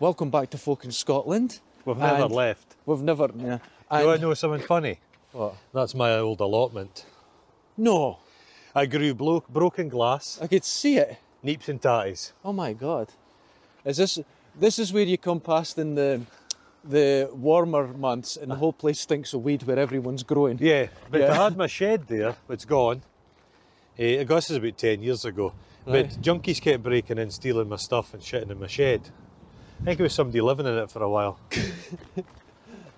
Welcome back to Folk in Scotland. We've never And left. We've never. Yeah. Do I And- know something funny? What? That's my old allotment. No, I grew blo- broken glass, I could see it. neeps and tatties. Oh my god. Is this this is where you come past in the the warmer months and the whole place stinks of weed where everyone's growing. Yeah, but Yeah. I had my shed there, it's gone. Eh, I guess it's about 10 years ago. Right. But junkies kept breaking in, stealing my stuff and shitting in my shed. I think it was somebody living in it for a while.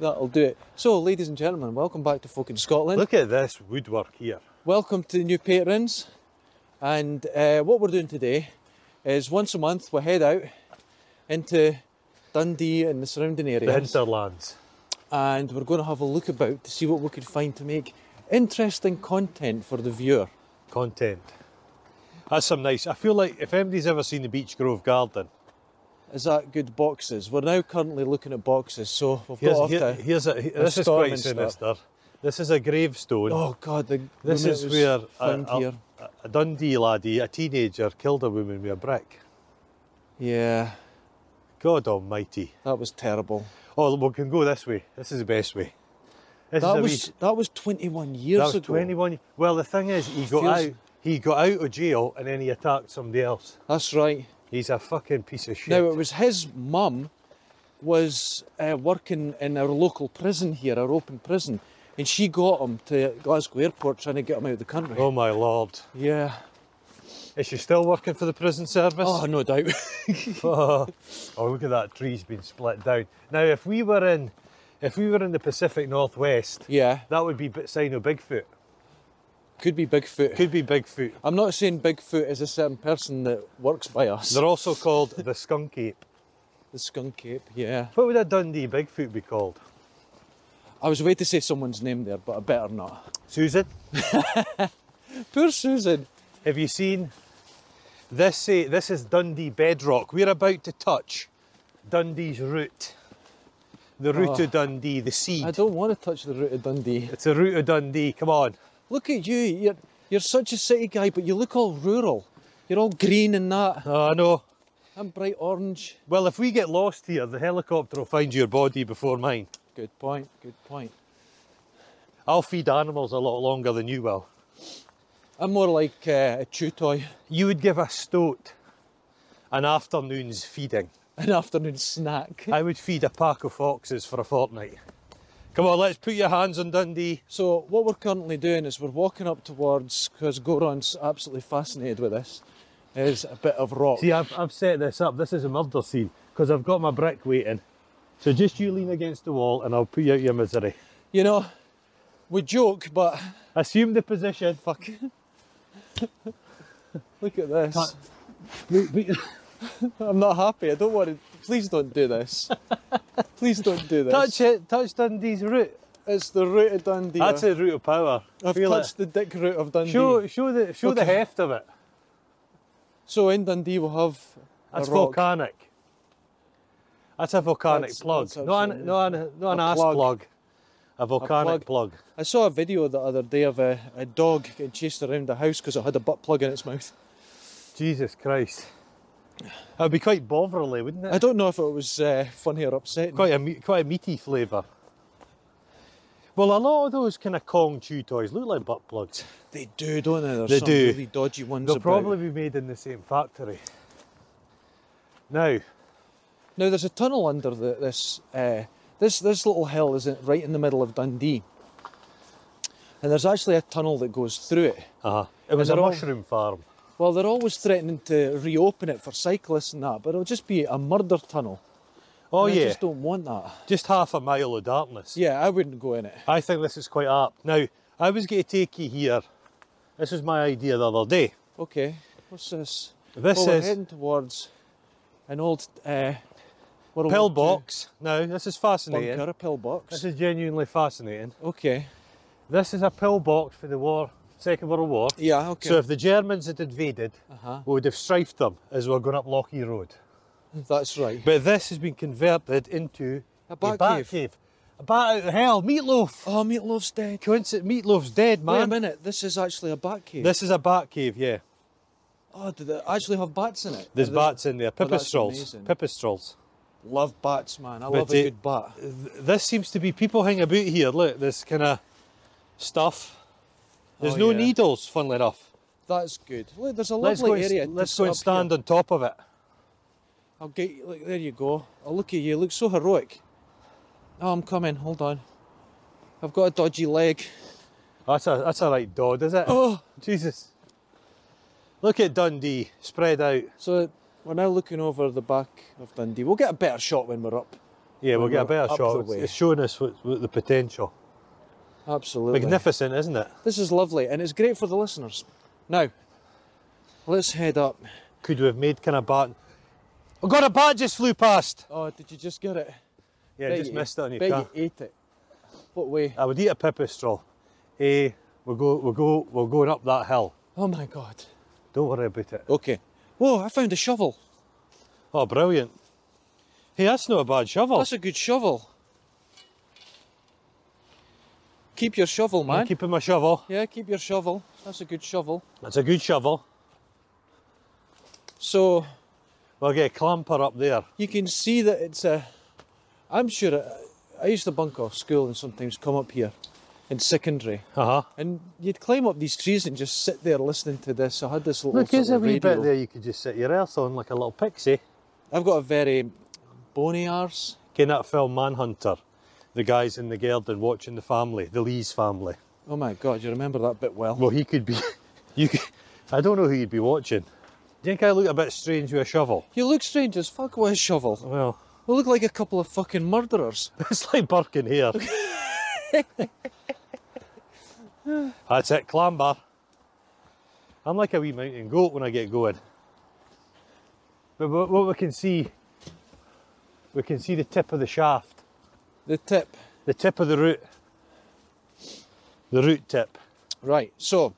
That'll do it. So ladies and gentlemen, welcome back to fucking Scotland. Look at this woodwork here. Welcome to the new patrons. And uh, what we're doing today is once a month we head out into Dundee and the surrounding The areas hinterlands. and we're going to have a look about to see what we could find to make interesting content for the viewer. Content. That's some nice. I feel like if anybody's ever seen the Beech Grove Garden, Is that good boxes? We're now currently looking at boxes, so we've got here's, off here, to. here's a, he- this is storm quite and stuff. sinister. This is a gravestone. Oh God, the this woman is that was where uh, found a, here. a, a Dundee laddie, a teenager, killed a woman with a brick. Yeah, God almighty. that was terrible. Oh, we can go this way. This is the best way. This is That a was wee- that was 21 years that was ago. 21. Well, the thing is, he got feels- out. He got out of jail and then he attacked somebody else. That's right. He's a fucking piece of shit. Now it was his mum was uh, working in our local prison here, our open prison, and she got him to Glasgow Airport trying to get him out of the country. oh my lord! Yeah. Is she still working for the prison service? Oh no doubt. oh, look at that tree's been split down. Now, if we were in, if we were in the Pacific Northwest, yeah, that would be bi- sign of Bigfoot. could be Bigfoot. Could be Bigfoot. I'm not saying Bigfoot is a certain person that works by us. They're also called the skunk ape. The skunk ape. Yeah. What would a Dundee Bigfoot be called? I was waiting to say someone's name there, but I better not. Susan, Poor Susan. have you seen this? Say this is Dundee bedrock. We're about to touch Dundee's root, the root Oh. of Dundee, the I seed. don't want to touch the root of Dundee. It's a root of Dundee. Come on. Look at you. You're you're such a city guy, but you look all rural. You're all green and that. Oh, I know. I'm bright orange. Well, if we get lost here, the helicopter will find your body before mine. Good point. Good point. I'll feed animals a lot longer than you will. I'm more like uh, a chew toy, You would give a stoat an afternoon's feeding. an afternoon snack. I would feed a pack of foxes for a fortnight. Come on, let's put your hands on Dundee. So what we're currently doing is we're walking up towards because Goron's absolutely fascinated with this. Is a bit of rock. See, I've, I've set this up. This is a murder scene because I've got my brick waiting. So just you lean against the wall and I'll put you out of your misery. You know, we joke, but Assume the position. fuck. Look at this. Can't- Wait, wait. I'm not happy. I don't want to. Please don't do this. Please don't do this. touch it. Touch Dundee's root. It's the root of Dundee. That's a root of power. I've Feel it. touched the dick root of Dundee. Show, show the show the Okay. heft of it. So in Dundee we'll have That's a rock. volcanic. That's a volcanic That's- plug. that's not absolutely- an, not an, not an a ass plug. plug. A volcanic plug. I saw a video the other day of a, a dog getting chased around the house because it had a butt plug in its mouth. Jesus Christ. That would be quite bovrily, wouldn't it? I don't know if it was uh, funny or upsetting. Quite a me- quite a meaty flavour. Well, a lot of those kind of Kong chew toys look like butt plugs. They do, don't they? There's They some do. really dodgy ones They'll about. probably be made in the same factory. Now, Now there's a tunnel under the, this uh, this this little hill is in- right in the middle of Dundee, and there's actually a tunnel that goes through it. uh it Uh-huh. And was a they're all- mushroom farm. Well, they're always threatening to reopen it for cyclists and that, but it'll just be a murder tunnel. Oh and I yeah, just don't want that. just half a mile of darkness. Yeah, I wouldn't go in it. I think this is quite apt. Now, I was going to take you here. This was my idea the other day. Okay, what's this? This well, we're is heading towards an old uh, World War pill II box. Now, this is fascinating. bunker, a pill This box. is genuinely fascinating. Okay. This is a pill box for the war, Second World War. Yeah. Okay. So if the Germans had invaded, uh-huh. we would have strafed them as we were going up Lockheed Road. That's right. But this has been converted into A bat cave. A bat out of hell. Meatloaf. Oh, meatloaf's dead. Coincident, Meatloaf's dead, Wait a man. minute, this is actually a bat cave. This is a bat cave, yeah. Oh, do they actually have bats in it? There's Are they- bats in there. Oh, that's Pipistrels. amazing. Pipistrels. Love bats, man. I But love a it- good bat. Th- this seems to be people hanging about here. Look, this kind of stuff. There's Oh, no yeah. needles, funnily enough. That's good. Look, there's a Let's lovely go, and, s- area. to let's sit go and up stand Here. on top of it. I'll get you. Look, there you go. Oh, look at you. You Look so heroic. Oh, I'm coming. Hold on. I've got a dodgy leg. That's a that's a right dod, is it? Oh. Jesus. Look at Dundee spread out. So we're now looking over the back of Dundee. We'll get a better shot when we're up. Yeah, we'll When get a we're better up shot. the It's- way. It's showing us what, what the potential. Absolutely. Magnificent, isn't it? This is lovely, and it's great for the listeners. Now, let's head up. Could we have made kind of bat? Oh God, a bat just flew past. Oh, did you just get it? Yeah, Bet just you- missed it on your bet car. you ate it. What way? I would eat a pipistrel. Eh, we'll go, we'll go, we're going up that hill. Oh my god. Don't worry about it. Okay. Whoa, I found a shovel. Oh, brilliant. Hey, that's not a bad shovel. That's a good shovel. Keep your shovel, I'm man. keeping my shovel. Yeah, keep your shovel. That's a good shovel. That's a good shovel. So We'll get a clamper up there. you can see that it's a. I'm sure. It, I used to bunk off school and sometimes come up here in secondary. Uh huh. And you'd climb up these trees and just sit there listening to this. I had this little Look, sort here's a of wee radio. bit there you could just sit your arse on like a little pixie. I've got a very bony arse. Can that film Manhunter? The guys in the garden watching the family, the Lees family. Oh my god, you remember that bit well. Well, he could be. You, could, I don't know who you'd be watching. Do you think I look a bit strange with a shovel? You look strange as fuck with a shovel. Well, You look like a couple of fucking murderers. it's like Birkin here. That's it, clamber. I'm like a wee mountain goat when I get going. But what what we can see, we can see the tip of the shaft, The tip. the tip of the root, the root tip. Right, so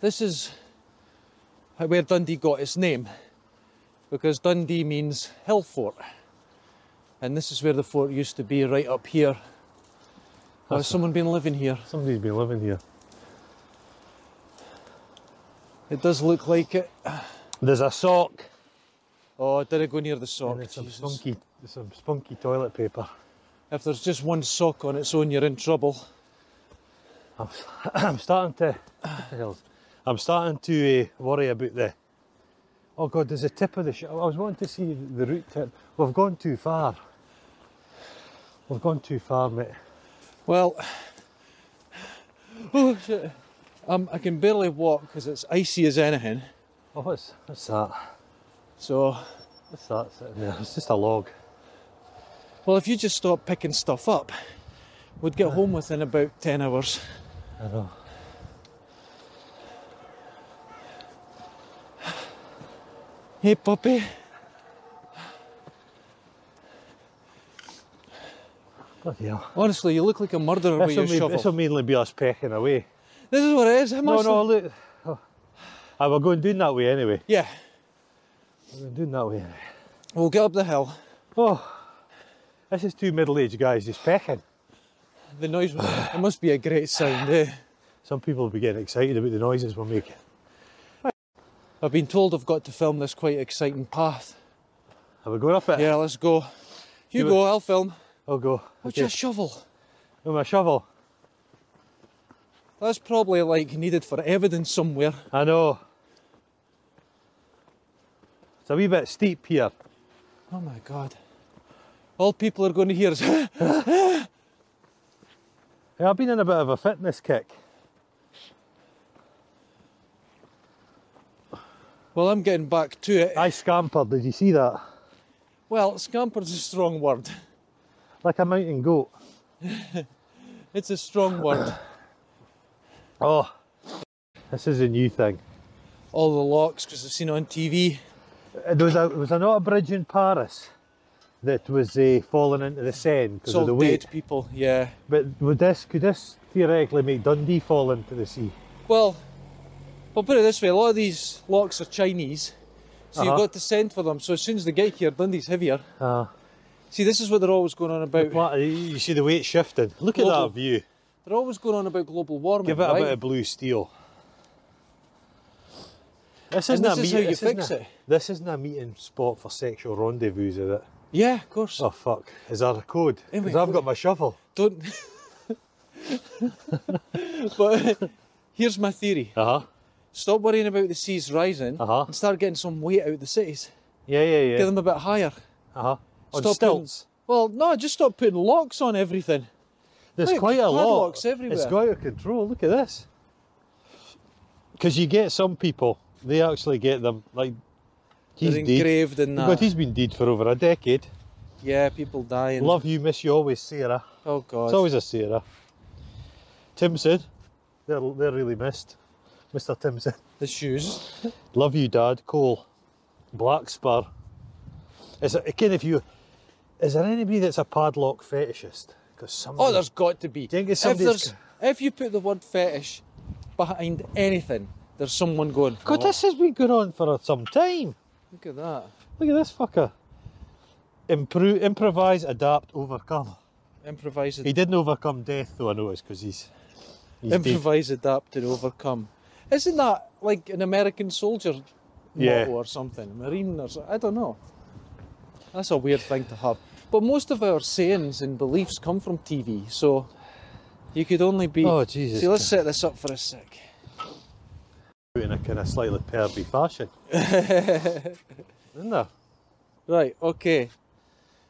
this is how- where Dundee got its name because Dundee means hill fort, and this is where the fort used to be, right up here. Oh, has someone been living here? Somebody's been living here. It does look like it. There's a sock. Oh, did it go near the sock? and there's some Jesus. spunky, there's some spunky toilet paper. If there's just one sock on its own, you're in trouble. I'm, I'm starting to. what the hell's- I'm starting to uh, worry about the. Oh God, there's a tip of the. Sh- I was wanting to see the root tip. We've gone too far. We've gone too far, mate. Well, oh shit. Um, I can barely walk because it's icy as anything. Oh, what's what's that? So, What's that sitting there? It's just a log. well, if you just stop picking stuff up, we'd get home within about 10 hours. I know. Hey, puppy. Bloody hell. Honestly, you look like a murderer with This your will, mean, shovel. this will mainly be us pecking away. This is what it is. I'm No, actually- no, look. Oh. Ah, we're going down that way anyway. Yeah, We're going down that way. Anyway. we'll get up the hill. Oh, this is two middle-aged guys just pecking. The noise, it must be a great sound, eh? Some people will be getting excited about the noises we're making. I've been told I've got to film this quite exciting path. Are we going up it? Yeah, Oh, let's go. You, You go, I'll film. I'll go. What's Okay. your shovel? With my shovel. That's probably like needed for evidence somewhere. I know. It's a wee bit steep here. Oh my god. All people are going to hear is Yeah, I've been in a bit of a fitness kick. Well, I'm getting back to it. I scampered, did you see that? Well, scamper's a strong word. Like a mountain goat. It's a strong word. Oh, this is a new thing. All the locks, because I've seen it on TV. Uh, There was, a, was there not a bridge in Paris that was uh, falling into the Seine It's because all of the dead weight? people, yeah. But would this, could this theoretically make Dundee fall into the sea? Well, I'll put it this way a lot of these locks are Chinese, so you've Uh-huh. got to send for them. So as soon as they get here, Dundee's heavier. Uh, See, this is what they're always going on about. Well, you see the weight shifting. Look at Global- that view. They're always going on about global warming. Give it a right? bit of blue steel. This And isn't this is a meet- how you this isn't fix a- it. This isn't a meeting spot for sexual rendezvous, is it? Yeah, of course. Oh fuck! Is there a code? Anyway, Because I've got my shovel. Don't. but uh, here's my theory Uh huh. stop worrying about the seas rising Uh-huh. and start getting some weight out of the cities. Yeah, yeah, Get yeah. them a bit higher. Uh huh. On Stop stilts. Putting, well, no, just stop putting locks on everything. There's Look, quite a lot. padlocks everywhere. It's got out of control. Look at this. Because you get some people, they actually get them like he's They're dead. engraved in that. But he's been dead for over a decade. Yeah, people dying. Love you, miss you always, Sarah. Oh God. It's always a Sarah. Tim said, they're, they're really missed. Mr. Tim said, the shoes. love you, Dad. Cole, Black Spur. Is it, again, if you, is there anybody that's a padlock fetishist? Because some. Oh, there's got to be. Do you think it's if somebody's there's, if you put the word fetish behind anything, there's someone going. God, "Oh, this has been going on for some time. Look at that. Look at this fucker. Improve, improvise, adapt, overcome. Improvised. He didn't overcome death, though. I noticed because he's he's dead. improvise, adapt, and overcome. Isn't that like an American soldier motto Yeah. or something? Marine or something? I don't know. That's a weird thing to have. But most of our sayings and beliefs come from TV, so you could only be. Oh Jesus! See, let's set this up for a sec. in a kind of slightly pervy fashion, isn't there? Right, okay.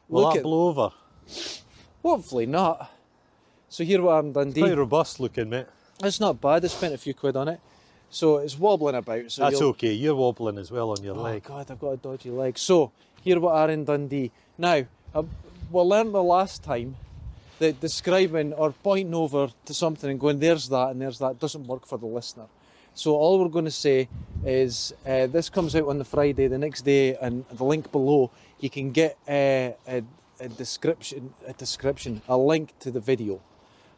Will Look that at- blow over? Hopefully not. So here we are in Dundee. Quite robust looking, mate. It's not bad. I spent a few quid on it, so it's wobbling about. So That's you'll- okay. You're wobbling as well on your Oh leg. God, I've got a dodgy leg. So here we are in Dundee. Now, uh, we learned the last time that describing or pointing over to something and going "there's that" and "there's that" doesn't work for the listener. So all we're going to say is uh, this comes out on the Friday, the next day, and the link below you can get uh, a, a description, a description, a link to the video,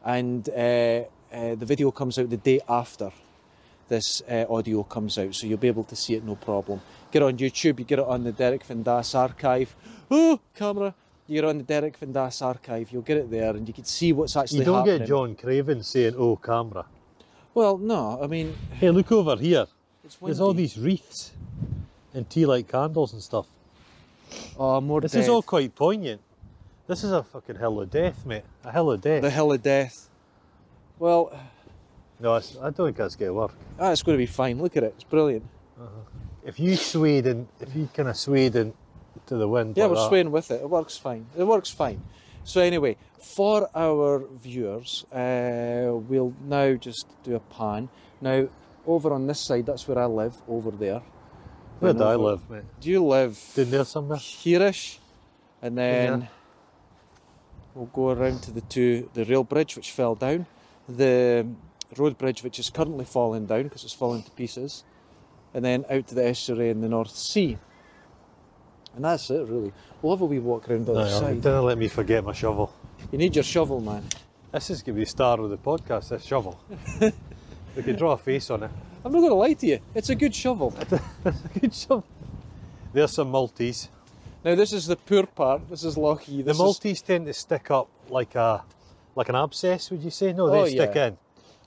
and uh, uh, the video comes out the day after this uh, audio comes out, so you'll be able to see it no problem. Get it on YouTube, you get it on the Derek Van Das archive. Ooh, camera! You're on the Derek Van Das archive. You'll get it there, and you can see what's actually You don't happening. get John Craven saying, "Oh, camera." Well, no, I mean Hey, look over here. it's There's all windy. these wreaths and tea light candles and stuff. Oh, more This death. is all quite poignant. This is a fucking hell of death, mate. A hell of death. the hill of death. Well, No, it's, I don't think that's going to work. ah, it's going to be fine. Look at it; it's brilliant. If you swayed and if you kind of swayed in to the wind, Yeah, like we're that, swaying with it. It works fine. It works fine. So anyway, for our viewers, uh, we'll now just do a pan. Now, over on this side, that's where I live. Over there. Where Then do I over- live, mate? Do you live Down there somewhere. hereish? And then Yeah. we'll go around to the two the rail bridge which fell down, the road bridge which is currently falling down because it's falling to pieces, and then out to the estuary in the North Sea. And that's it really. We'll have a wee walk around the No, other no, side. don't let me forget my shovel. You need your shovel, man. This is going to be the star of the podcast. This shovel. we could draw a face on it. I'm not gonna lie to you, it's a good shovel. Good shovel. There's some Maltese. Now this is the poor part, this is Lockie. The This is, Maltese tend to stick up like a, like an abscess. Would you say? No, they Oh, stick yeah. in,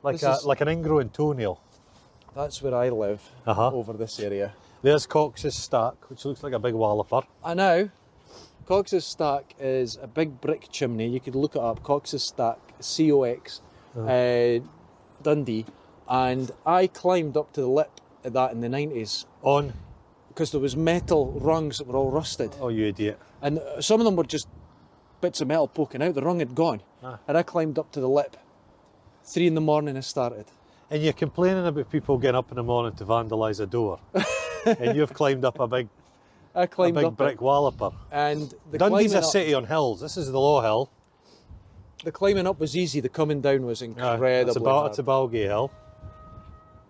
like This a, is- like an ingrown toenail. that's where I live Uh-huh. over this area. There's Cox's stack, which looks like a big walloper. I know. Cox's Stack is a big brick chimney. You could look it up. Cox's Stack, C O X, Uh-huh. uh, Dundee. And I climbed up to the lip of that in the 90s On. because there was metal rungs that were all rusted. Oh, you idiot. And uh, some of them were just bits of metal poking out. The rung had gone. Ah. And I climbed up to the lip. Three in the morning I started. and you're complaining about people getting up in the morning to vandalise a door, and you've climbed up a big, I a climbed big up it, brick walloper. and the Dundee's climbing, a up, city on hills. This is the low hill. the climbing up was easy. The coming down was Aye, incredibly it's Ah, about hard. it's a Balgay hill.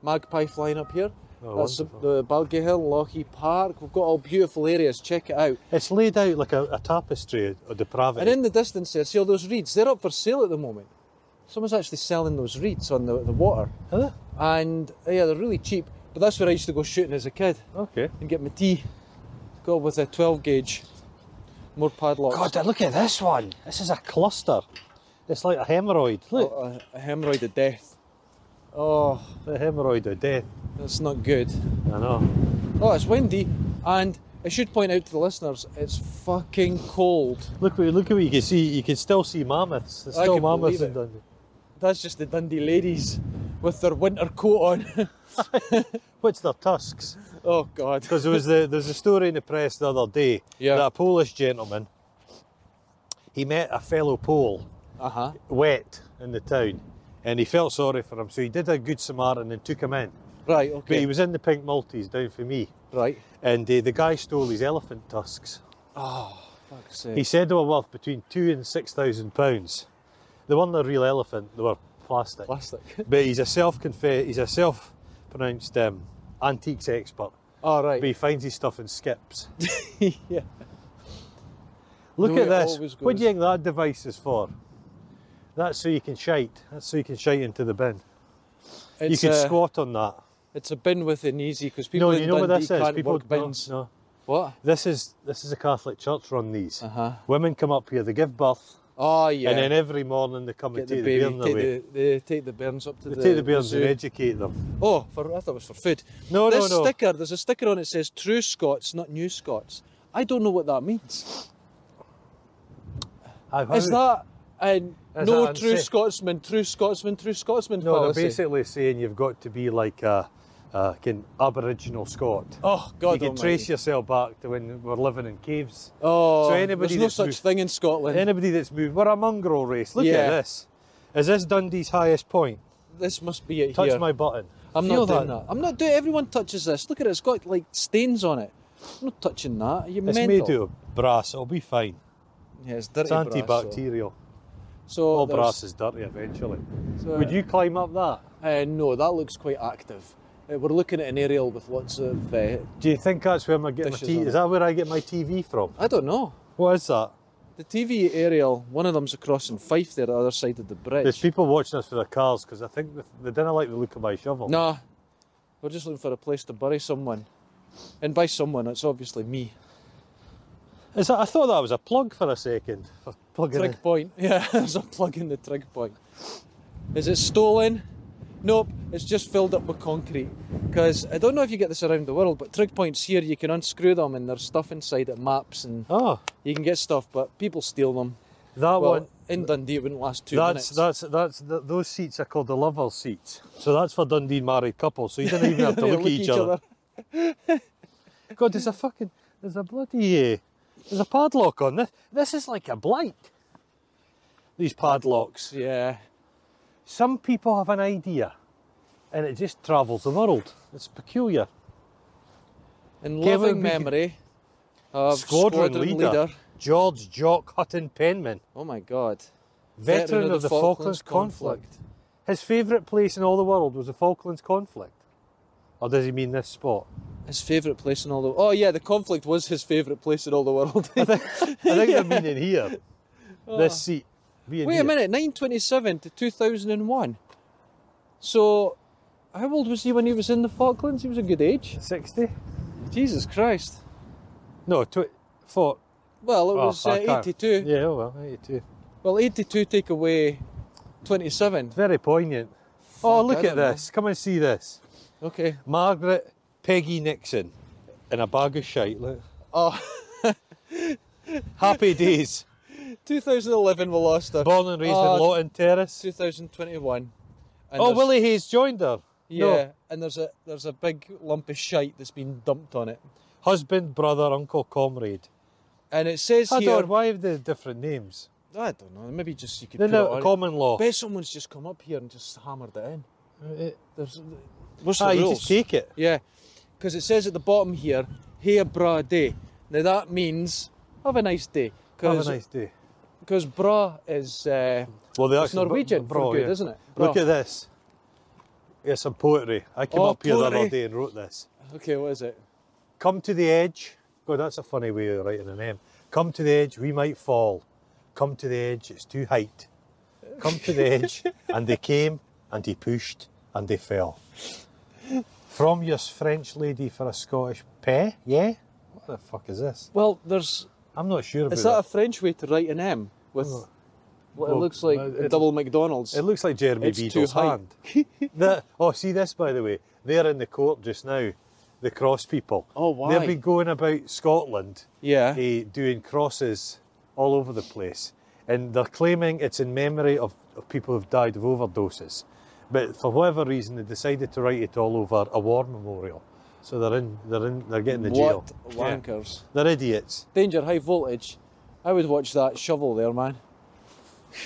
magpie flying up here. Oh, That's the, wonderful. the Balgay Hill, Lochie Park. We've got all beautiful areas. Check it out. It's laid out like a, a tapestry of And depravity. in the distance there, see all those reeds? They're up for sale at the moment. Someone's actually selling those reeds on the, the water. Huh? And uh, yeah, they're really cheap. But that's where I used to go shooting as a kid Okay. and get my tea. Go with a 12 gauge. More padlocks. God, look at this one. This is a cluster. It's like a hemorrhoid. Look, a, a hemorrhoid of death. Oh, the hemorrhoid of death. That's not good. I know. Oh, it's windy, and I should point out to the listeners, it's fucking cold. Look, what- look at what you can see. You can still see mammoths. There's I still can mammoths believe in it. Dundee. That's just the Dundee ladies with their winter coat on. What's their tusks? oh God. Because there was the, there's a story in the press the other day Yeah. that a Polish gentleman he met a fellow Pole Uh uh-huh. huh. wet in the town, and he felt sorry for him, so he did a good Samaritan and took him in. Right. But he Okay. was in the pink Maltese down for me, Right. and uh, the guy stole his elephant tusks. Fuck's sake. He said they were worth between two and six thousand pounds. They weren't a real elephant; they were plastic. plastic. But he's a self-confessed, he's a self-pronounced um, antiques expert. All right. But he finds his stuff and skips. yeah. Look The way at it this. always What do goes. you think that device is for? That's so you can shite. That's so you can shite into the bin. It's you can a, squat on that. It's a bin with an easy because people No, in you know what Dundee this is. can't People work bins. No, no. What? This is this is a Catholic church run these. Uh-huh. Women come up here, they give birth, Oh yeah. and then every morning they come get and the take baby, the bairns take away. the, they take the bairns up to They the take the bairns and zoo. educate them. Oh, for I thought it was for food. No, no, this no. sticker, there's a sticker on it that says "True Scots, not New Scots." I don't know what that means. Aye, how- Is that and Is no that true unsafe? Scotsman, true Scotsman, true Scotsman no? policy? They're basically saying you've got to be like a, a kin- Aboriginal Scot. Oh God, you can almighty. trace yourself back to when we we're living in caves. Oh, So there's anybody no that's such moved- thing in Scotland. Anybody that's moved, we're a mongrel race. Look Yeah. at this. Is this Dundee's highest point? this must be it Touch here. my button. I'm Feel not doing that. I'm not doing. Everyone touches this. Look at it. It's got like stains on it. I'm not touching that. Are you It's mental? made out of brass. It'll be fine. Yeah, it's dirty It's brass, so- antibacterial. So All there's- brass is dirty eventually. so- Would you climb up that? Uh, no, that looks quite active. Uh, we're looking at an aerial with lots of. Uh, Do you think that's where I get my Dishes TV? on Is it. that where I get my TV from? I don't know. What is that? The TV aerial. One of them's across in Fife, there, the other side of the There's bridge. people watching us for their cars because I think they, they didn't like the look of my shovel. Nah, we're just looking for a place to bury someone, and by someone, it's obviously me. Is that, I thought that was a plug for a second. For plugging in. Trig point. Yeah, there's a plug in the trig point. Is it stolen? Nope, it's just filled up with concrete. Because I don't know if you get this around the world, but trig points here, you can unscrew them and there's stuff inside it, maps, and Oh, you can get stuff, but people steal them. that Well, one. in Dundee, it wouldn't last two That's, minutes. that's that's th those seats are called the lovers seats. So that's for Dundee married couples. So you don't even have to They look at each, other. God, there's a fucking there's a bloody uh, there's a padlock on this. This is like a blight. These padlocks. Yeah. Some people have an idea, and it just travels the world. It's peculiar. In Kevin, loving we can- memory of Squadron, leader, George Jock Hutton Penman, Oh my god. veteran, of, the Falklands, conflict. His favourite place in all the world was the Falklands conflict. Or does he mean this spot? His favourite place in all the Oh yeah, the conflict was his favourite place in all the world. I think they're meaning here. This seat. Being Wait here. a minute, 927 to 2001. So, how old was he when he was in the Falklands? He was a good age. 60? Jesus Christ. No, tw- four. Well, it oh, was I uh, can't- 82. Yeah, oh well, 82. Well, 82 take away 27. Very poignant. Oh, Fuck, look I at don't know. this. Come and see this. Okay. Margaret Peggy Nixon in a bag of shite. Look. Oh, Happy days. 2011 we lost her. Born and raised Oh, in Lawton Terrace. 2021. And Oh, there's- Willie Hayes joined her. Yeah, No. and there's a there's a big lump of shite that's been dumped on it, Husband, brother, uncle, comrade. and it says I here. don't why have they different names? I don't know. Maybe just you could. They're put it now on it. common law. Uh, bet someone's just come up here and just hammered it in. There's, what's Ah, you just take it. Yeah, because it says at the bottom here, "Hey, bra day." Now that means have a nice day, Have a because nice day. bra is uh, Well, the it's Norwegian for good, isn't it? Bra. oh, Look at this. Here's some poetry. I came Oh, up here the poetry. other day and wrote this. Okay, what is it? Come to the edge. God, that's a funny way of writing an M. Come to the edge, we might fall. Come to the edge, it's too height. Come to the edge, and they came, and he pushed, and they fell. From your French lady for a Scottish pair, yeah? What the fuck is this? Well, there's I'm not sure about is that a French way to write an M with what Oh. Well, it looks like no, a it- double McDonald's? It looks like Jeremy It's too Beadle's high. hand. The- oh, see this by the way. They're in the court just now, the cross people. Oh, They've why? been going about Scotland Yeah. eh, doing crosses all over the place. And they're claiming it's in memory of, of people who've died of overdoses. But for whatever reason, they decided to write it all over a war memorial. So they're in, they're in, they're getting the jail. What Yeah. wankers. They're idiots. Danger, high voltage. I would watch that shovel there, man.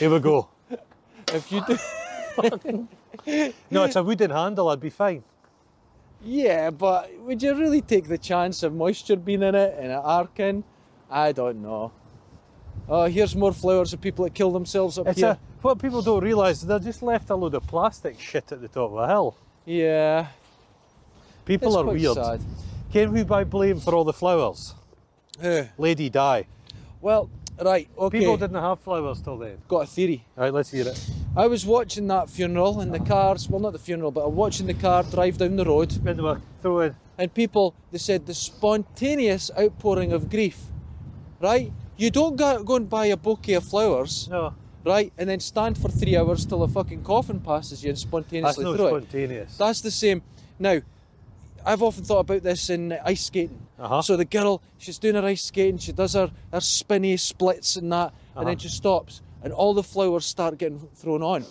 Here we go. If you do. No, it's a wooden handle. I'd be fine. Yeah, but would you really take the chance of moisture being in it and it arcing? I don't know. Oh, here's more flowers of people that kill themselves up It's here. a, what people don't realise is they just left a load of plastic shit at the top of a hill. Yeah, People it's are quite weird. sad. Can we buy blame for all the flowers? Eh, Lady Di. well, right, okay. People didn't have flowers till then. Got a theory. Right, let's hear it. I was watching that funeral and the cars, well, not the funeral, but I'm watching the car drive down the road Then they were throwing. and people they said the spontaneous outpouring of grief right you don't go, go and buy a bouquet of flowers No, right and then stand for three hours till a fucking coffin passes you and that's spontaneously not throw it spontaneous. that's the same now I've often thought about this in uh, ice skating. Uh-huh. So the girl, she's doing her ice skating, she does her, her spinny splits and that, and then Uh-huh. she stops, and all the flowers start getting thrown on.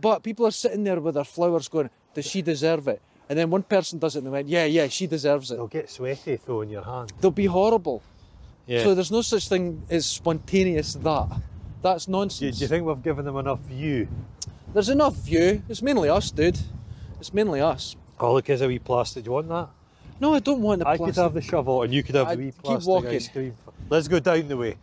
But people are sitting there with their flowers going, Does she deserve it? And then one person does it and they went, Yeah, yeah, she deserves it They'll get sweaty throwing your hand. they'll be horrible. Yeah. So there's no such thing as spontaneous that. That's do, nonsense. do you think we've given them enough view? there's enough view. It's mainly us, dude. It's mainly us. Oh, look, there's a wee plastic. Do you want that? No, I don't want the I plastic. could have the shovel and you could have I- the wee keep plastic walking. ice cream. Let's go down the way.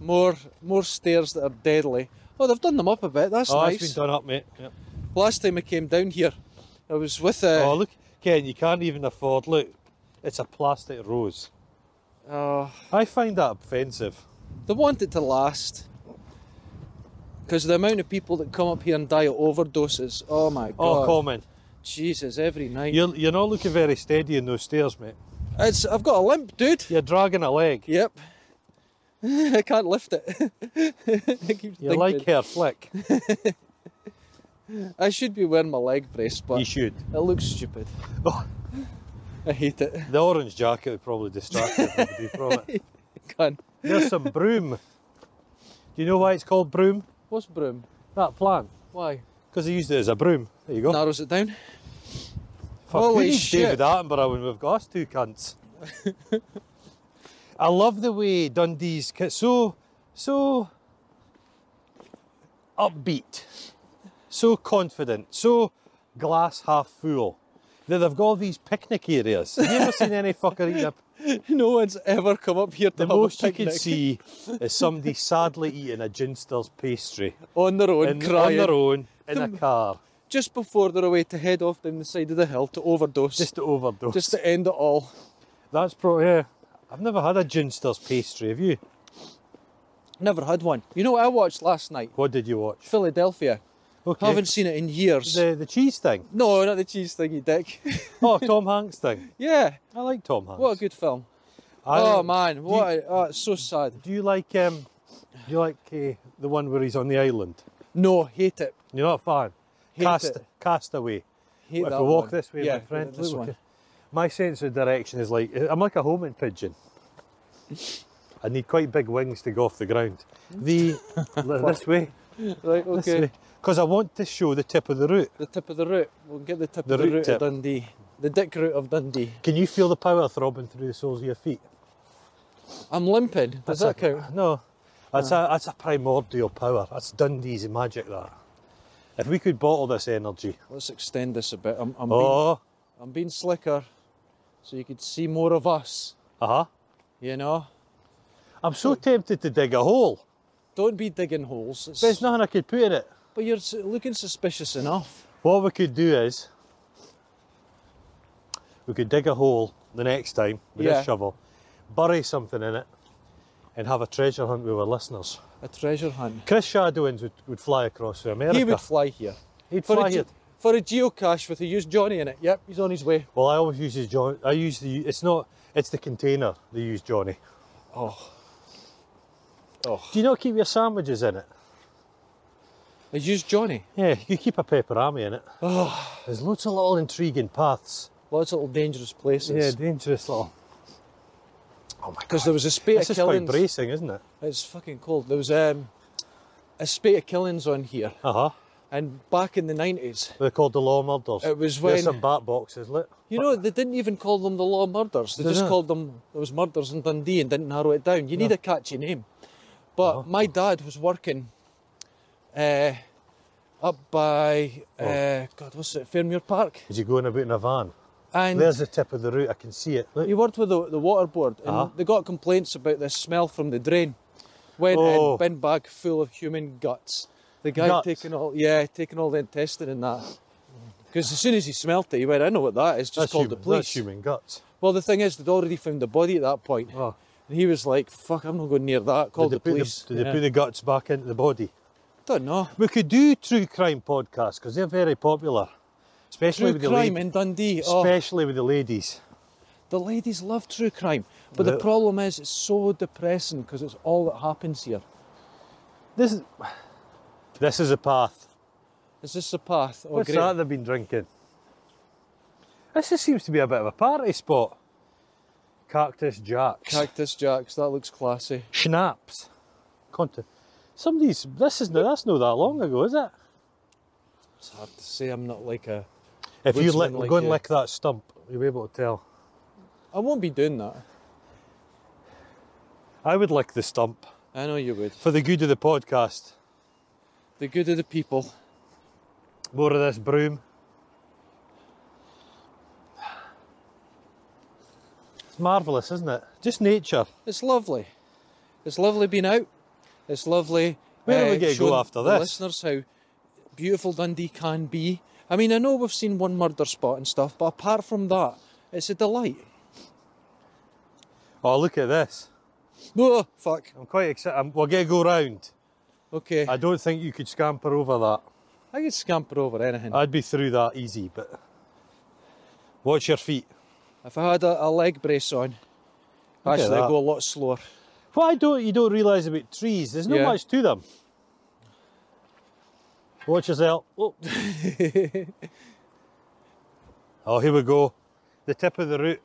more more stairs that are deadly. Oh, they've done them up a bit. That's oh, nice. it's been done up, mate. Yep. Last time I came down here, I was with uh, a. Oh, look, Ken, you can't even afford. Look, it's a plastic rose. Oh, I find that offensive. they want it to last. Because the amount of people that come up here and die of overdoses. Oh my Oh, god. common. Jesus, every night. You're, you're not looking very steady in those stairs, mate. It's I've got a limp, dude. You're dragging a leg. Yep. I can't lift it. I, keep You like thinking, hair flick. I should be wearing my leg brace, but you should. it looks stupid. Oh, I hate it. the orange jacket would probably distract everybody from it. Can't. There's some broom. Do you know why it's called broom? What's broom? That plant. Why? Because they used it as a broom. There you go. Narrows it down. Fuck, Holy who needs shit. David Attenborough when we've got us two cunts. I love the way Dundee's ki- so so upbeat, so confident, so glass half full that they've got all these picnic areas. Have you ever seen any fucker eating a No one's ever come up here to the have most a you can picnic see is somebody sadly eating a ginster's pastry on their own, in, on crying their own in a car just before they're away to head off down the side of the hill to overdose, just just, to overdose. to end it all. That's probably yeah. I've never had a ginster's pastry. Have you? Never had one. You know what I watched last night? What did you watch? Philadelphia. Okay. Haven't seen it in years. the the cheese thing. No, not the cheese thingy, dick. Oh, Tom Hanks thing. yeah, I like Tom Hanks. what a good film. I- oh man, what? a, oh, it's so sad. Do you like um? Do you like uh, the one where he's on the island? No, hate it. You're not a fan. Hate Cast it. Castaway. Hate if that we walk one. this way, yeah, my friend, This look, one. my sense of direction is like I'm like a homing pigeon. I need quite big wings to go off the ground. The this way, Right, this okay. because I want to show the tip of the route. The tip of the route. We'll get the tip The of the root route tip. of Dundee. The dick route of Dundee. Can you feel the power throbbing through the soles of your feet? I'm limping. Does that a, count? No, that's a that's a primordial power. That's Dundee's magic. That if we could bottle this energy, Let's extend this a bit. I'm, I'm, being, oh, I'm being slicker, so you could see more of us. uh huh. You know, I'm so tempted to dig a hole. don't be digging holes. It's, There's nothing I could put in it. but you're s- looking suspicious enough. What we could do is we could dig a hole the next time with Yeah. this shovel, bury something in it, and have a treasure hunt with our listeners. A treasure hunt. Chris Shadowins would, would fly across to America. He would fly here. He'd For, fly a, ge- here. for a geocache with a used Johnny in it. Yep, he's on his way. Well, I always use his Johnny. I use the. It's not. It's the container they use Johnny. Oh. Oh. Oh. Do you not keep your sandwiches in it? It's just Johnny. Yeah, you keep a pepperami in it. Oh, There's loads of little intriguing paths. lots of little dangerous Yeah, places. dangerous little. Oh my Because god. there was a spate This of is quite killings. bracing, isn't it? It's fucking cold. There was um, a spate of killings on here, Uh huh. and back in the 90s, They're called the Law Murders. it was when. There's some bat boxes. Look. You know, they didn't even call them the law murders. They They just don't. called them there was murders in Dundee and didn't narrow it down. You need a catchy name. But Uh-huh. my dad was working uh, up by Oh. uh, God, what's it, Fairmuir Park, As you going about in a van. and There's the tip of the route. I can see it. Look. he worked with the, the water board, and Uh-huh. they got complaints about the smell from the drain. Went Oh. in bin bag full of human guts. The guy Guts? taking all yeah, taking all the intestine and that. Because as soon as he smelt it, he went, "I know what that is." Just That's called human, the police. That's human guts. Well, the thing is, they'd already found the body at that point. Oh. And he was like, fuck, I'm not going near that. Called the did they put police. did they put the guts back into the body? Don't know. We could do true crime podcasts because they're very popular, especially True with the crime ladies. in Dundee. Oh, Especially with the ladies. the ladies love true crime. But the The- problem is, it's so depressing because it's all that happens here. This is this is a path. Is this the path? Oh, What's great. that they've been drinking? This just seems to be a bit of a party spot. Cactus Jacks. Cactus Jacks, that looks classy. Schnapps. Content. Somebody's. This is no. That's not that long ago, is it? It's hard to say, I'm not like a. If you lick, Woodsman like go and you. lick that stump, you'll be able to tell. I won't be doing that. I would lick the stump I know you would. for the good of the podcast. The good of the people. More of this broom. It's marvellous, isn't it? Just nature. It's lovely. It's lovely being out. It's lovely. eh, Where are we gonna go showing after the this? Listeners, how beautiful Dundee can be. I mean, I know we've seen one murder spot and stuff, but apart from that, it's a delight. Oh, look at this. Oh, fuck. I'm quite excited. I'm, we'll get a go round. Okay. I I, don't think you could scamper over that. could scamper over anything. I'd be through that easy, but watch your feet. if I had a, a leg brace on, at actually, I'd that. go a lot slower. Why don't you don't realise about trees? There's not Yeah. much to them. Watch yourself. Oh. oh, here we go. The tip of the root.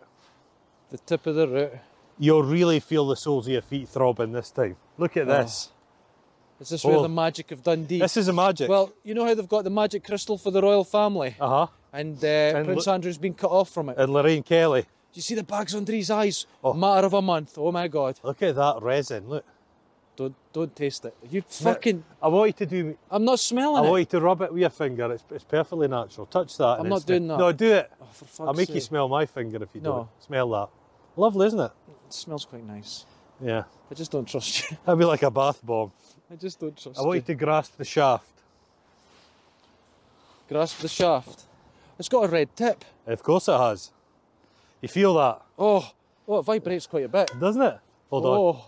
The tip of the route. You'll really feel the soles of your feet throbbing this time. Look at Oh. this. Is this where Oh. the magic of Dundee? This is a magic. well, you know how they've got the magic crystal for the royal family, uh huh. and, uh, Prince look- Andrew's been cut off from it. And Lorraine Kelly. Do you see the bags under his eyes? Oh. Matter of a month. Oh my god. Look at that resin. Look. Don't don't taste it. You fucking I want you to do. I'm not I smelling want it. you to Oh, rub it with your finger. It's, it's perfectly natural. Touch that. and I'm not it's- doing that. No, do it. Oh, for fuck's I'll make you sake. smell my finger if you No. don't. Smell that. Lovely, isn't it? It smells quite nice. Yeah. I just don't trust you. That'd be like a bath bomb. I just don't trust I want you. you to grasp the shaft. Grasp the shaft. It's got a red tip. Of course it has. You feel that, Oh, oh, it vibrates quite a bit. doesn't it? Hold on. oh,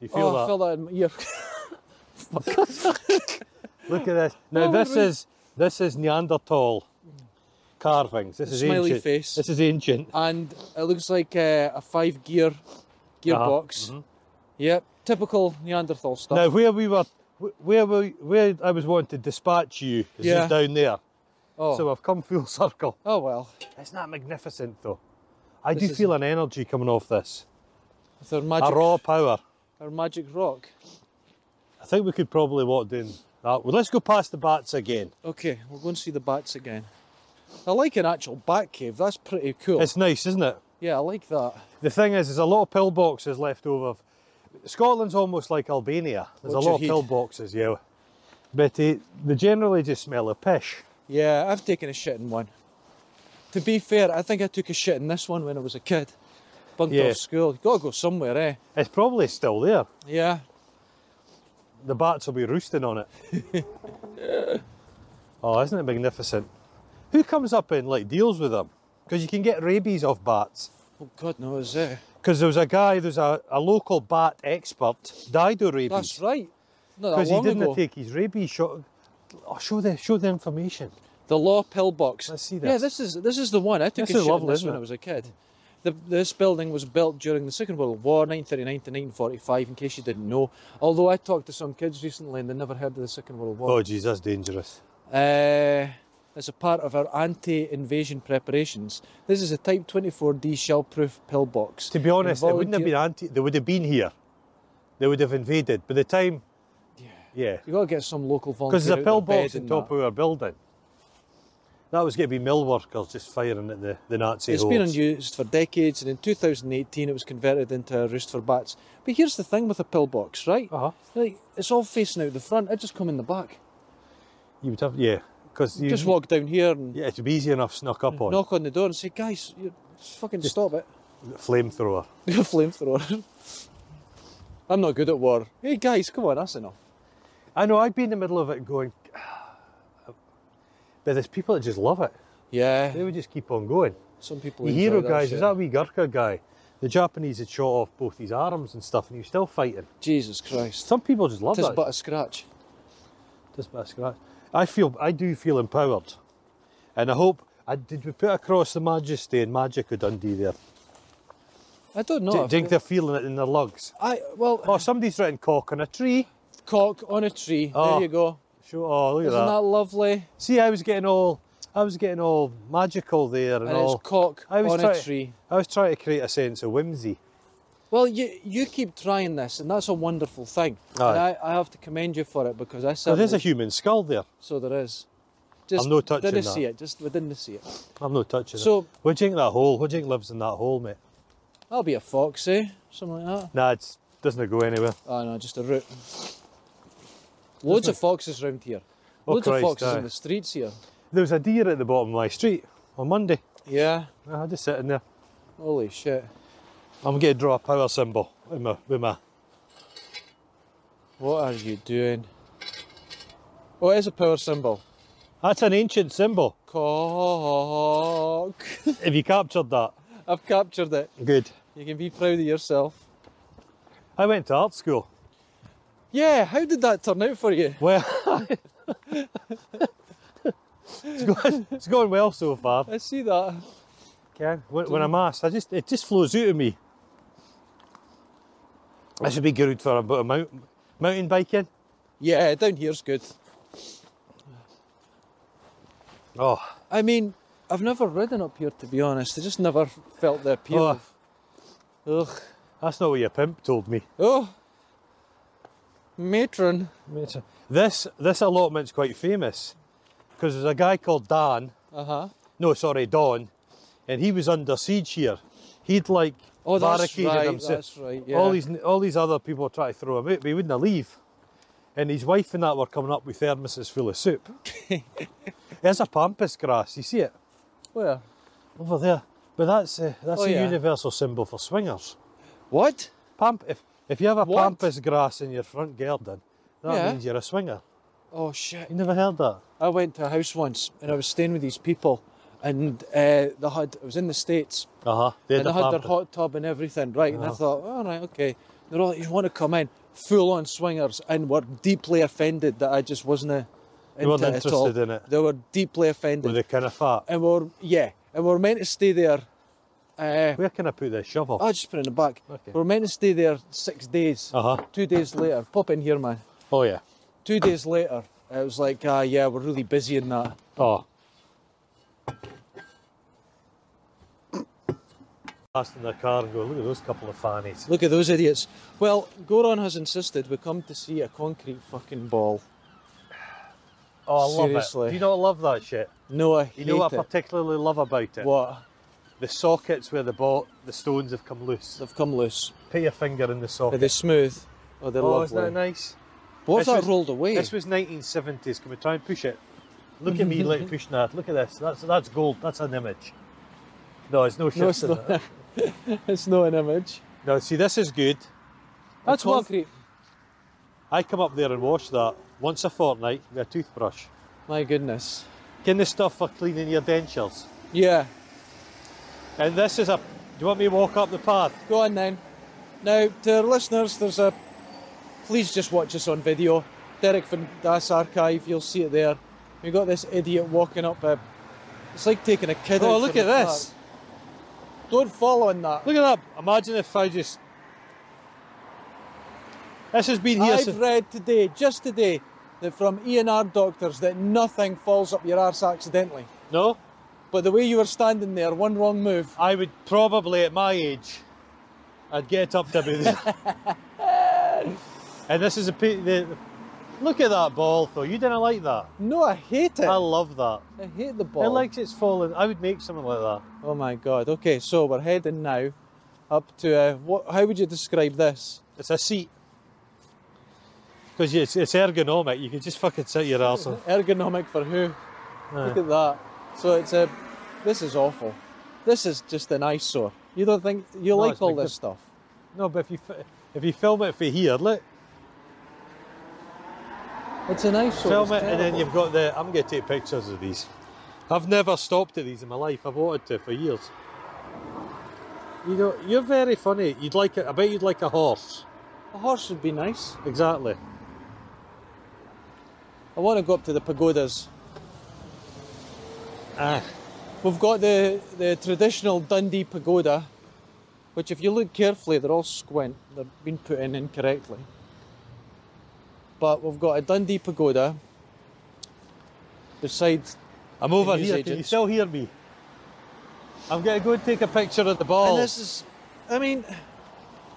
You feel oh, that. I feel that in my ear. Look at this. Now Oh, this right. is this is Neanderthal carvings. This is Smiley ancient. face. This is ancient. and it looks like uh, a five gear gearbox. Uh-huh. Mm-hmm. Yep, typical Neanderthal stuff. Now where we were wh- where we, where I was wanting to dispatch you is Yeah. just down there. oh. So uh, I've come full circle. oh well, It's not magnificent though. I This do is- feel an energy coming off this. with our A magic, raw power. our magic rock. I think we could probably walk down that. Well, let's go past the bats again. Okay, we'll go and see the bats again. I like an actual bat cave. That's pretty cool. It's nice, isn't it? Yeah, I like that. The thing is, there's a lot of pillboxes left over. of- Scotland's almost like Albania. There's What's a your lot of heat? pillboxes, yeah. But eh, they generally just smell of pish. Yeah, I've taken a shit in one. To be fair, I think I took a shit in this one when I was a kid. Bunked Yeah. off school. You gotta go somewhere, eh? It's probably still there. Yeah. The bats will be roosting on it. oh, isn't it magnificent? Who comes up and like deals with them? Because you can get rabies off bats. Oh God knows, eh? Because there was a guy, there's a, a local bat expert, died of rabies. That's right. Not that Because he long didn't ago. take his rabies shot. Oh, show the show the information. The law pillbox. Let's see Yeah, this. this is this is the one. I took This a is shit lovely, in this isn't when it? I was a kid. The, this building was built during the Second World War, 1939 to 1945, in case you didn't know. Although I talked to some kids recently and they never heard of the Second World War. Oh, geez, that's dangerous. Uh, as a part of our anti invasion preparations, this is a Type 24D shell proof pillbox. To be honest, And it wouldn't have been volunteer- anti. They would have been here. They would have invaded. By the time, Yeah. yeah, You've got to get some local volunteer. because there's a out of their pillbox bed on and top that. of our building. That was going to be mill workers just firing at the, the Nazi It's been holes. unused for decades, and in 2018 it was converted into a roost for bats. But here's the thing with a pillbox, right? Uh-huh. Like, it's all facing out the front. I just come in the back. You would have, yeah, because you Just walk down here and Yeah, it'd be easy enough snuck up on. knock on the door and say, guys, you fucking stop it. Flamethrower. You're a flamethrower. I'm not good at war. Hey guys, come on, that's enough. I know. I'd be in the middle of it going, but there's people that just love it. They Yeah, would just keep on going. some people. The enjoy hero that guys shit. is that wee Gurkha guy. The Japanese had shot off both his arms and stuff, and he was still fighting. Jesus Christ. Some people just love Tis that. but a scratch. Just by a scratch. I feel, I do feel empowered, and I hope. I, did we put across the majesty and magic of Dundee there? I don't Do, know. do you think they're feeling it in their lungs? I well, Oh, somebody's written cock on a tree. cock on a tree. Oh, there you go. Sure. Oh, look at Isn't that. lovely? See, I was getting all, I was getting all magical there and, And all. it's cock I was on trying- a tree. I was trying to create a sense of whimsy. Well, you you keep trying this, and that's a wonderful thing. And Aye. I, I have to commend you for it because I So certainly there's a human skull there. so there is. Just no touching didn't that. see it. Just we didn't see it. I'm not touching it. So What do you think of that hole? What do you think lives in that hole, mate? that'll be a fox, eh? Something like that. Nah, it doesn't go anywhere. Oh no, just a root. Loads of foxes round here. Oh, Loads Christ, of foxes aye. in the streets here. There was a deer at the bottom of my street on Monday. Yeah. I had to sit in there. Holy shit. I'm going to draw a power symbol with my, with my What are you doing? Oh, it is a power symbol. That's an ancient symbol. Cock. Have you captured that? I've captured it. Good. You can be proud of yourself. I went to art school. Yeah, how did that turn out for you? Well, it's, going, it's going well so far. I see that. Can when, when I'm asked, I just it just flows out of me. This would be good for a bit of mount, mountain biking. Yeah, down here's good. Oh, I mean, I've never ridden up here to be honest. I just never felt the appeal. Oh. of- Ugh. that's not what your pimp told me. Oh. Matron. This this allotment's quite famous because there's a guy called Dan. Uh huh. No, sorry, Don, and he was under siege here. He'd like Oh, that's barricaded right, himself. that's right, yeah. All these all these other people try to throw him out, but he wouldn't leave. And his wife and that were coming up with thermoses full of soup. There's a pampas grass. You see it? Where? over there. But that's a, that's Oh, a yeah. universal symbol for swingers. What? Pamp, if, if you have a What? pampas grass in your front garden, that Yeah. means you're a swinger. Oh shit. You never heard that? I went to a house once and I was staying with these people and uh, they had, I was in the States Uh huh. They had and a Uh-huh. they had their pampas. hot tub and everything, right? Uh-huh. And I thought, all right, okay. They're all, you want to come in, full on swingers, and were deeply offended that I just wasn't uh, They weren't into it at all. interested in it. They were deeply offended. Were they kind of fat? and we're, yeah, and we're meant to stay there. Uh, Where can I put this shovel? I'll just put it in the back. Okay. We're meant to stay there six days. Uh huh. Two days later, pop in here, man. Oh yeah. Two days later, it was like, ah, yeah, we're really busy in that. Oh. Passed in the car and go, look at those couple of fannies. Look at those idiots. Well, Goron has insisted we come to see a concrete fucking ball. Oh, I love Seriously. it. Do you not love that shit? No, I hate You know what I it. particularly love about it? What? The sockets where the ball, the stones have come loose. They've come loose. Put your finger in the Are socket. they smooth? Oh, they're oh, lovely. isn't that nice? What if This that was- rolled away? This was 1970s. Can we try and push it? Look at me, like pushing that. Look at this. That's that's gold. That's an image. No, it's no shit. no, it's is it? not. it's not an image. No, see, this is good. That's a one- concrete. I come up there and wash that once a fortnight with a toothbrush. My goodness. Can this stuff for cleaning your dentures? Yeah. And this is a. Do you want me to walk up the path? Go on then. Now, to our listeners, there's a. Please just watch us on video. Derek Van Das Archive, you'll see it there. We've got this idiot walking up a. It's like taking a kid. out Oh, for look the at this. park. Don't fall on that. Look at that. Imagine if I just. This has been here I've since. read today, just today, that from ENR doctors that nothing falls up your arse accidentally. No? But the way you were standing there, one wrong move. I would probably, at my age, I'd get up to be the. and this is a. pe- The, look at that ball, though. You didn't like that. No, I hate it. I i love that. hate the ball. It likes it's falling. I would make something like that. Oh my god. Okay, so we're heading now up to uh, what? How would you describe this? It's a seat. Because it's, it's ergonomic. You can just fucking sit your arse on. Ergonomic for who? Look Aye. at that. So it's a. This is awful. This is just an eyesore. You don't think you No, like it's all big this stuff? No, but if you fi- if you film it from here, look, It's an eyesore. film it's it, and then terrible. you've got the. I'm going to take pictures of these. I've never stopped at these in my life. I've wanted to for years. You know, you're very funny. You'd like it. I bet you'd like a horse. A horse would be nice. Exactly. I want to go up to the pagodas. Ah, We've got the the traditional Dundee pagoda, which if you look carefully, they're all squint. They've been put in incorrectly. But we've got a Dundee pagoda. Besides I'm over The news here. Can you agents. still hear me? I'm going to go and take a picture of the ball. And this is, I mean,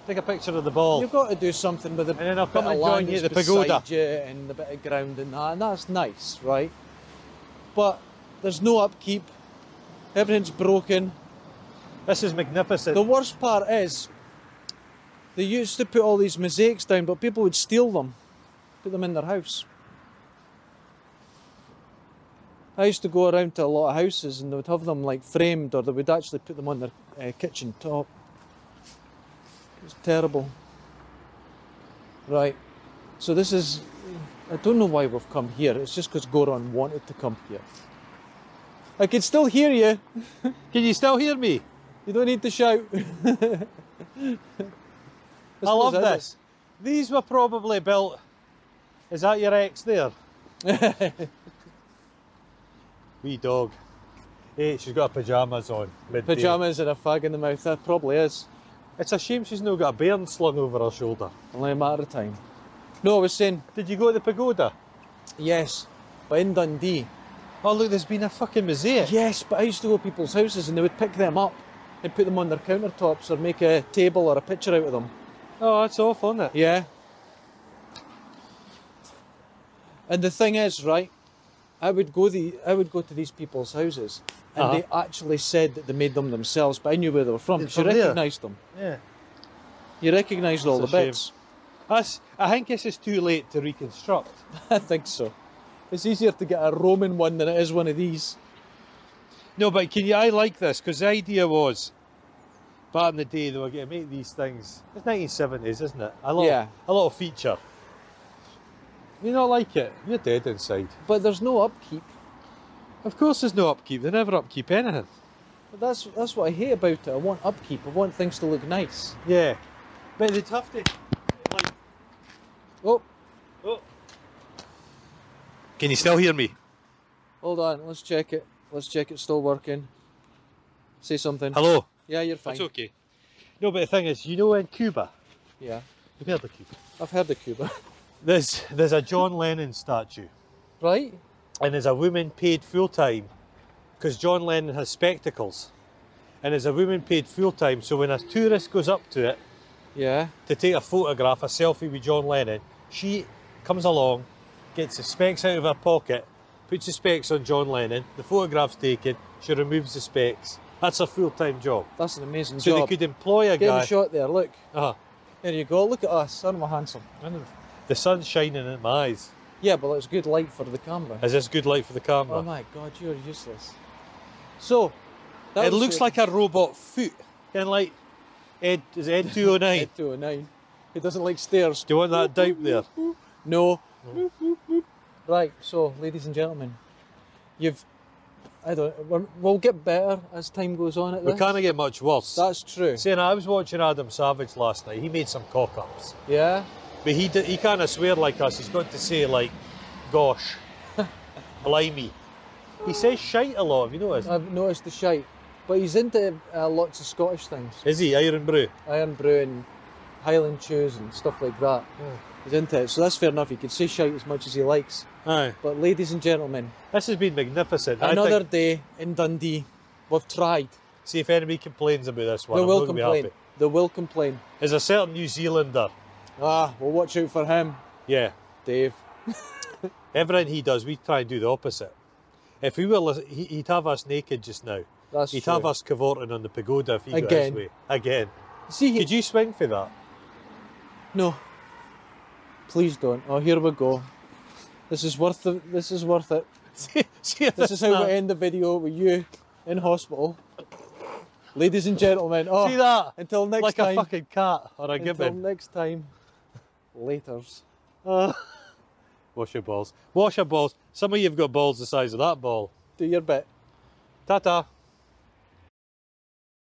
take a picture of the ball. you've got to do something with the then I'll come bit of and join land you at that's the pagoda. beside you and the bit of ground and that, and that's nice, right? But there's no upkeep. Everything's broken. This is magnificent. The worst part is, they used to put all these mosaics down, but people would steal them, put them in their house. I used to go around to a lot of houses and they would have them like framed or they would actually put them on their uh, kitchen top. It was terrible. Right, so this is. I don't know why we've come here, it's just because Goron wanted to come here. I can still hear you, Can you still hear me? you don't need to shout. I love this. These were probably built. Is that your ex there? Wee dog. Hey, she's got her pajamas on. midday. Pajamas and a fag in the mouth, that probably is. It's a shame she's now got a bairn slung over her shoulder. Only a matter of time. No, I was saying, Did you go to the pagoda? yes, but in Dundee. Oh look, there's been a fucking mosaic. Yes, but I used to go to people's houses and they would pick them up and put them on their countertops or make a table or a picture out of them. Oh, that's awful, isn't it? Yeah. And the thing is, right, I would go the I would go to these people's houses and Uh-huh. they actually said that they made them themselves, but I knew where they were from They're because you from there. recognised them. Yeah. You recognised all the It's a shame. bits. That's, I think this is too late to reconstruct. I think so. It's easier to get a Roman one than it is one of these. No, but can you? I like this because the idea was back in the day they were going to make these things. It's 1970s, isn't it? A little, Yeah. a little feature. You not like it? You're dead inside. But there's no upkeep. Of course, there's no upkeep. They never upkeep anything. But that's that's what I hate about it. I want upkeep. I want things to look nice. Yeah, but they'd have to. Like, Oh, oh. Can you still hear me? hold on. Let's check it. Let's check it's still working. Say something. Hello. Yeah, you're fine. That's okay. No, but the thing is, you know, in Cuba, Yeah, you've heard of Cuba. I've heard of Cuba. There's there's a John Lennon statue. right? and there's a woman paid full time because John Lennon has spectacles, and there's a woman paid full time. So when a tourist goes up to it Yeah. to take a photograph, a selfie with John Lennon, she comes along, gets the specs out of her pocket, puts the specs on John Lennon. The photograph's taken. She removes the specs. That's her full time job. That's an amazing So job. they could employ a Get guy. a shot there. Look. uh There you go. Look at us. Aren't we handsome? The sun's shining in my eyes. Yeah, but it's good light for the camera. Is this good light for the camera? Oh my God, you're useless. So, that it was looks what- like a robot foot. Kind of like Ed, is it Ed 209? Head 209. He doesn't like stairs. Do you want that dope there? No. Right, so, ladies and gentlemen, you've. I don't. We're, we'll get better as time goes on at We this. can't get much worse. That's true. Saying I was watching Adam Savage last night. He made some cock ups, Yeah? but he d- he can't swear like us. He's got to say like, gosh, blimey. He says shite a lot. Have you noticed? Uh, I've noticed the shite. But he's into uh, lots of Scottish things. Is he iron brew? Iron Brew and Highland Chews and stuff like that. Yeah. He's into it, so that's fair enough. He can say shite as much as he likes. Aye. But, ladies and gentlemen, This has been magnificent. I another think, day in Dundee. We've tried. see if anybody complains about this one. They I'm will not gonna be complain. happy. They will complain. There's a certain New Zealander. Ah, well, watch out for him, Yeah. Dave. Everything he does, we try and do the opposite. If we were, lis- he, he'd have us naked just now. That's he'd true. have us cavorting on the pagoda if he got his Again. way. Again. See, he, Could you swing for that? No. Please don't. Oh, here we go. This is worth the, This is worth it. see, see if This it's is how not- we end the video with you in hospital, ladies and gentlemen. Oh, See that? until next like time. a fucking cat or a until gibbon. next time. Later's. Wash your balls. Wash your balls. Some of you have got balls the size of that ball. Do your bit. Ta ta.